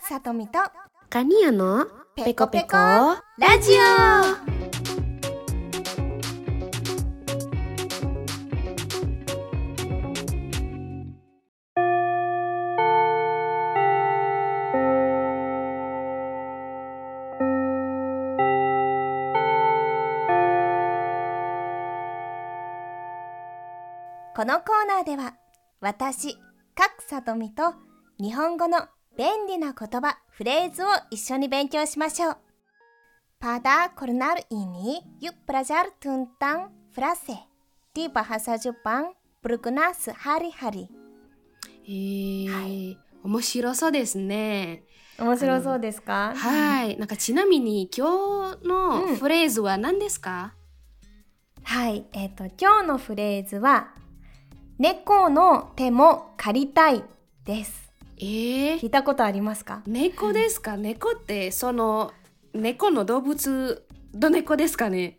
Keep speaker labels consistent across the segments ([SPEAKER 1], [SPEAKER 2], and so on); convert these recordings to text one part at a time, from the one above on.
[SPEAKER 1] さとみと
[SPEAKER 2] カニアの
[SPEAKER 1] ペ
[SPEAKER 2] ペ
[SPEAKER 1] コ
[SPEAKER 2] コ
[SPEAKER 1] ペ
[SPEAKER 2] ペ
[SPEAKER 1] コ
[SPEAKER 2] コ
[SPEAKER 1] ラ
[SPEAKER 2] ラ
[SPEAKER 1] ジオこのコーナーでは私角さとみと日本語の便利な言葉フレーズを一緒に勉強しましょう。パダコルナルイニユプラジャルトゥンタンフラセディバハサジュパンブルクナスハリハリ
[SPEAKER 2] えー面白そうですね。
[SPEAKER 1] 面白そうですか
[SPEAKER 2] はい。なんかちなみに今日
[SPEAKER 1] うん
[SPEAKER 2] のフレーズは何ですか、
[SPEAKER 1] はい、えっ、と今日のフレーズは猫の手も借りたいです。
[SPEAKER 2] えー
[SPEAKER 1] 聞いたことありますか？
[SPEAKER 2] 猫ですか猫ってその猫の動物ど猫ですかね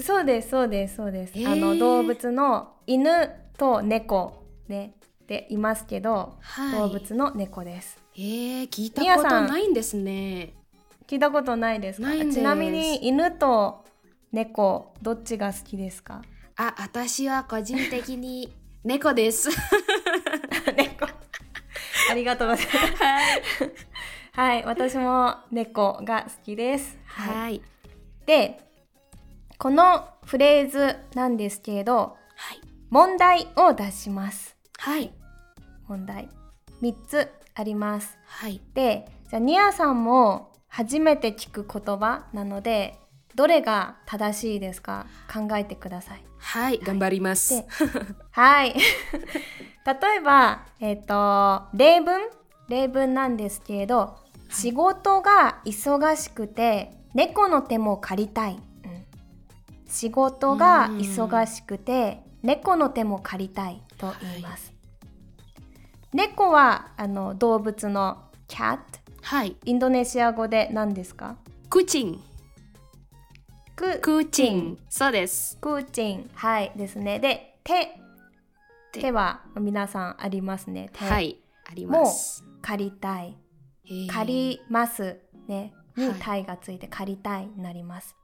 [SPEAKER 1] そうですそうですそうです。
[SPEAKER 2] へー
[SPEAKER 1] あの動物の犬と猫ねでいますけど、
[SPEAKER 2] はい
[SPEAKER 1] 動物の猫です。
[SPEAKER 2] えー、聞いた
[SPEAKER 1] みや
[SPEAKER 2] こと
[SPEAKER 1] さん
[SPEAKER 2] ないんですね
[SPEAKER 1] 聞いたことないですか？
[SPEAKER 2] ないんです
[SPEAKER 1] ちなみに犬と猫どっちが好きです か？
[SPEAKER 2] あ私は個人的に猫です
[SPEAKER 1] 猫。 ありがとうございます。はい、私も猫が好きです。はい。
[SPEAKER 2] はい
[SPEAKER 1] で、このフレーズなんですけれど、
[SPEAKER 2] はい
[SPEAKER 1] 問題を出します。
[SPEAKER 2] はい
[SPEAKER 1] 問題3つあります。
[SPEAKER 2] はい
[SPEAKER 1] でじゃあニアさんも初めて聞く言葉なのでどれが正しいですか考えてください。
[SPEAKER 2] はい頑張ります、
[SPEAKER 1] ではい 例えば、えっと例文例文なんですけれど、仕事が忙しくて猫の手も借りたい、うん仕事が忙しくて猫の手も借りたいと言います、猫はあの動物のキャット
[SPEAKER 2] はい
[SPEAKER 1] インドネシア語で何ですか
[SPEAKER 2] クチン
[SPEAKER 1] ク
[SPEAKER 2] クチンそうです
[SPEAKER 1] クーチンはいですねで手
[SPEAKER 2] 手
[SPEAKER 1] 手は皆さんありますね手
[SPEAKER 2] はいあります
[SPEAKER 1] 借りたい
[SPEAKER 2] えー
[SPEAKER 1] 借りますねに
[SPEAKER 2] はい
[SPEAKER 1] 「たい」がついて借りたいになります。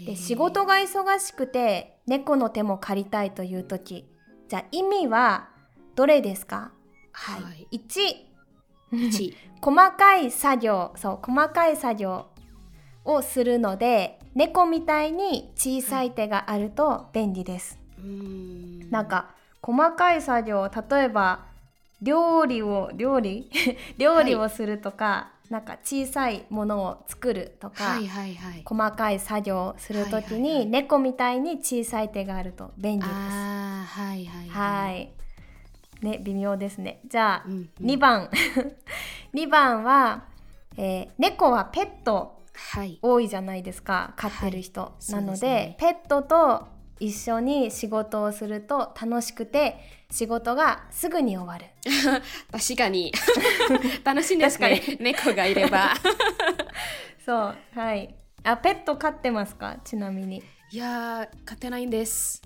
[SPEAKER 2] え
[SPEAKER 1] で
[SPEAKER 2] ー
[SPEAKER 1] 仕事が忙しくて猫の手も借りたいという時じゃあ意味はどれですかはい、
[SPEAKER 2] はい
[SPEAKER 1] 1
[SPEAKER 2] 一
[SPEAKER 1] 細かい作業そう細かい作業をするので猫みたいに小さい手があると便利です。
[SPEAKER 2] うーん
[SPEAKER 1] なんか細かい作業例えば料理を料理 料理をするとか、なんか小さいものを作るとか、
[SPEAKER 2] はいはいはい
[SPEAKER 1] 細かい作業をするときに、
[SPEAKER 2] はいはいはい
[SPEAKER 1] 猫みたいに小さい手があると便利です。
[SPEAKER 2] あーはいはい
[SPEAKER 1] はい。ね微妙ですね。じゃあ、
[SPEAKER 2] うんうん
[SPEAKER 1] 2番 2番は、えー猫はペット
[SPEAKER 2] はい
[SPEAKER 1] 多いじゃないですか飼ってる人、
[SPEAKER 2] い
[SPEAKER 1] なので
[SPEAKER 2] そうですね
[SPEAKER 1] ペットと一緒に仕事をすると楽しくて仕事がすぐに終わる
[SPEAKER 2] 確か に楽しいですね猫がいれば
[SPEAKER 1] そうはいあペット飼ってますかちなみに
[SPEAKER 2] いやー勝てないんです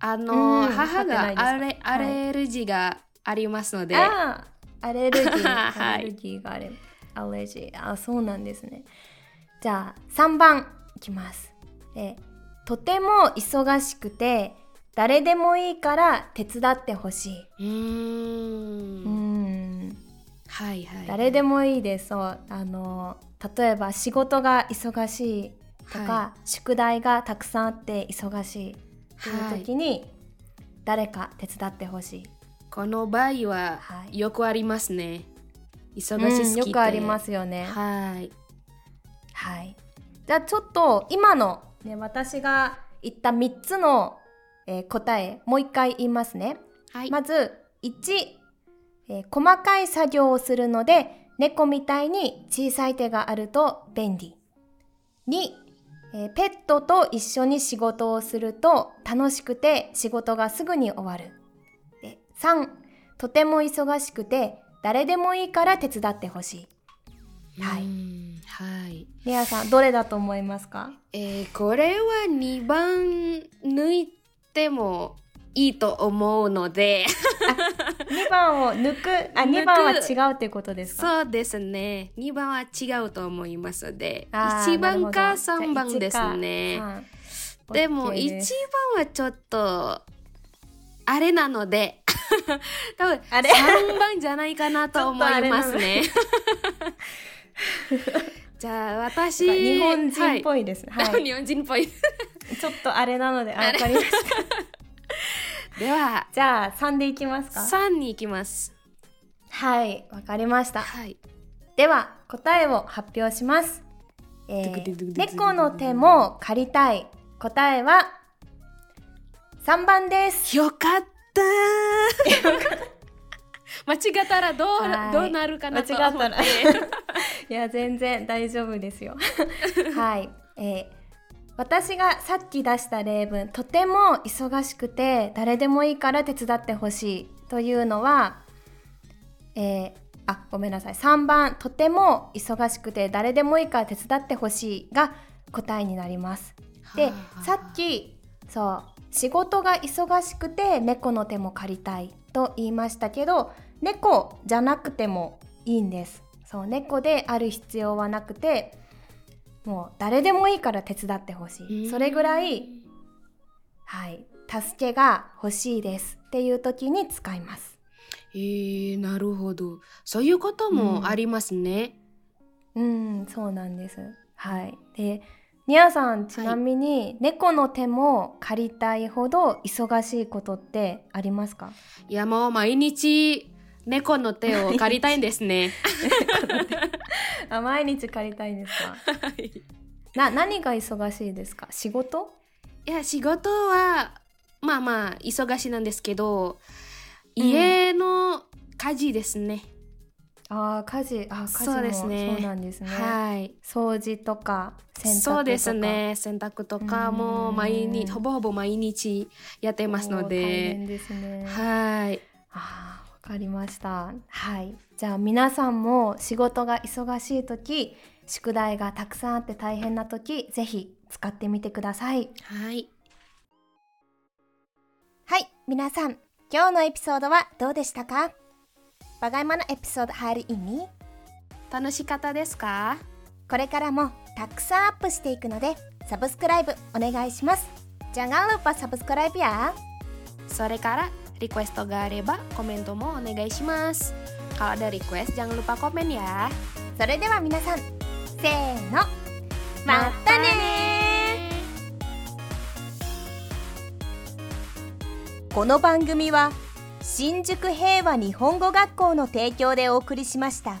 [SPEAKER 2] あの
[SPEAKER 1] うん
[SPEAKER 2] ー母
[SPEAKER 1] 勝て
[SPEAKER 2] が
[SPEAKER 1] な
[SPEAKER 2] ア
[SPEAKER 1] いで
[SPEAKER 2] レ
[SPEAKER 1] すか
[SPEAKER 2] アレルギーがありますので、
[SPEAKER 1] ああアレルギー
[SPEAKER 2] はい
[SPEAKER 1] アレルギーがある、アレルギーあそうなんですねじゃあ3番いきますえとても忙しくて誰でもいいから手伝ってほしいう
[SPEAKER 2] ー
[SPEAKER 1] う
[SPEAKER 2] ん
[SPEAKER 1] ーん
[SPEAKER 2] はいはい
[SPEAKER 1] 誰で
[SPEAKER 2] も
[SPEAKER 1] もいいですそうあの例えば仕事が忙しいとか、
[SPEAKER 2] は
[SPEAKER 1] 宿題がたくさんあって忙しいっていう時に、誰か手伝ってほしい、
[SPEAKER 2] この場合は
[SPEAKER 1] はい
[SPEAKER 2] よくありますね忙し
[SPEAKER 1] うん
[SPEAKER 2] すぎ
[SPEAKER 1] よ
[SPEAKER 2] て、
[SPEAKER 1] くありますよねはい、
[SPEAKER 2] はい
[SPEAKER 1] じゃあちょっと今の、ね、私が言った3つの、えー答えもう一回言いますね、
[SPEAKER 2] はい、
[SPEAKER 1] まず1、えー細かい作業をするので猫みたいに小さい手があると便利2、えーペットと一緒に仕事をすると楽しくて仕事がすぐに終わるで3とても忙しくて誰でもいいから手伝ってほしい、は
[SPEAKER 2] う
[SPEAKER 1] い、
[SPEAKER 2] んはい
[SPEAKER 1] レアさんどれだと思いますか
[SPEAKER 2] えーこれは2番抜いてもいいと思うの で
[SPEAKER 1] 2番を抜くあ
[SPEAKER 2] 抜く
[SPEAKER 1] 2番は違うっていうことですか
[SPEAKER 2] そうですね2番は違うと思いますので
[SPEAKER 1] あー
[SPEAKER 2] 1番か
[SPEAKER 1] なるほどじゃあ
[SPEAKER 2] 3番で
[SPEAKER 1] 一
[SPEAKER 2] す
[SPEAKER 1] か
[SPEAKER 2] ね
[SPEAKER 1] 三
[SPEAKER 2] でも
[SPEAKER 1] OK
[SPEAKER 2] 1
[SPEAKER 1] です
[SPEAKER 2] 番はちょっとあれなので 多分
[SPEAKER 1] あれ
[SPEAKER 2] 3番じゃないかなと思
[SPEAKER 1] ちょっとあ
[SPEAKER 2] い
[SPEAKER 1] れ
[SPEAKER 2] ま
[SPEAKER 1] なの
[SPEAKER 2] すね じゃあ私
[SPEAKER 1] 日本人っ
[SPEAKER 2] い、
[SPEAKER 1] ぽいですね、
[SPEAKER 2] は、
[SPEAKER 1] はい
[SPEAKER 2] 日本人っぽい
[SPEAKER 1] ちょっとあれなのであわかりました
[SPEAKER 2] では
[SPEAKER 1] じゃあ3でいきますか
[SPEAKER 2] 3に行きます
[SPEAKER 1] はいわかりました
[SPEAKER 2] はい
[SPEAKER 1] では答えを発表します、え
[SPEAKER 2] ドゥクドゥクド
[SPEAKER 1] ー、
[SPEAKER 2] ゥクドゥク
[SPEAKER 1] 猫の手も借りたい答えは3番です
[SPEAKER 2] よかった 間違ったらどう,、
[SPEAKER 1] はい
[SPEAKER 2] どうなるかなと思
[SPEAKER 1] 間違
[SPEAKER 2] って
[SPEAKER 1] ったら いや全然大丈夫ですよ はい、えー、私がさっき出した例文とても忙しくて誰でもいいから手伝ってほしいというのはえーあごめんなさい3番とても忙しくて誰でもいいから手伝ってほしいが答えになりますでさっきそう仕事が忙しくて猫の手も借りたいと言いましたけど猫じゃなくてもいいんですそう猫である必要はなくてもう誰でもいいから手伝ってほしいそれぐらい、はい、助けが欲しいですっていう時に使います
[SPEAKER 2] えー、なるほどそういうこともありますね、
[SPEAKER 1] うんそうなんですはいでニアさんちなみに、猫の手も借りたいほど忙しいことってありますか
[SPEAKER 2] いやもう毎日猫の手を借りたいんです ね
[SPEAKER 1] あ毎日借りたいん ですか
[SPEAKER 2] い
[SPEAKER 1] な何が忙しいですか仕事
[SPEAKER 2] や仕事はまあまあ忙しいなんですけど家の家事ですね、
[SPEAKER 1] あー家事あ家事も
[SPEAKER 2] そうですね
[SPEAKER 1] そうなんですね、
[SPEAKER 2] はい
[SPEAKER 1] 掃除とか洗濯とか
[SPEAKER 2] そうですね洗濯とか
[SPEAKER 1] うん
[SPEAKER 2] もう毎日ほぼほぼ毎日やってますの
[SPEAKER 1] おー大
[SPEAKER 2] で
[SPEAKER 1] 変ですね
[SPEAKER 2] はい
[SPEAKER 1] あーわかりましたはいじゃあ皆さんも仕事が忙しい時宿題がたくさんあって大変な時ぜひ使ってみてください
[SPEAKER 2] はい
[SPEAKER 1] はい、皆さん、今日のエピソードはどうでしたかバガイマのエピソード入る意味
[SPEAKER 2] 楽しかったですか
[SPEAKER 1] これからもたくさんアップしていくので、サブスクライブお願いします。じゃがルーパサブスクライブや。
[SPEAKER 2] それからリクエストがあればコメントもお願いします kalau ada request jangan lupa komen ya
[SPEAKER 1] それでは皆さん、せーの、またねこの番組は、新宿平和日本語学校の提供でお送りしました。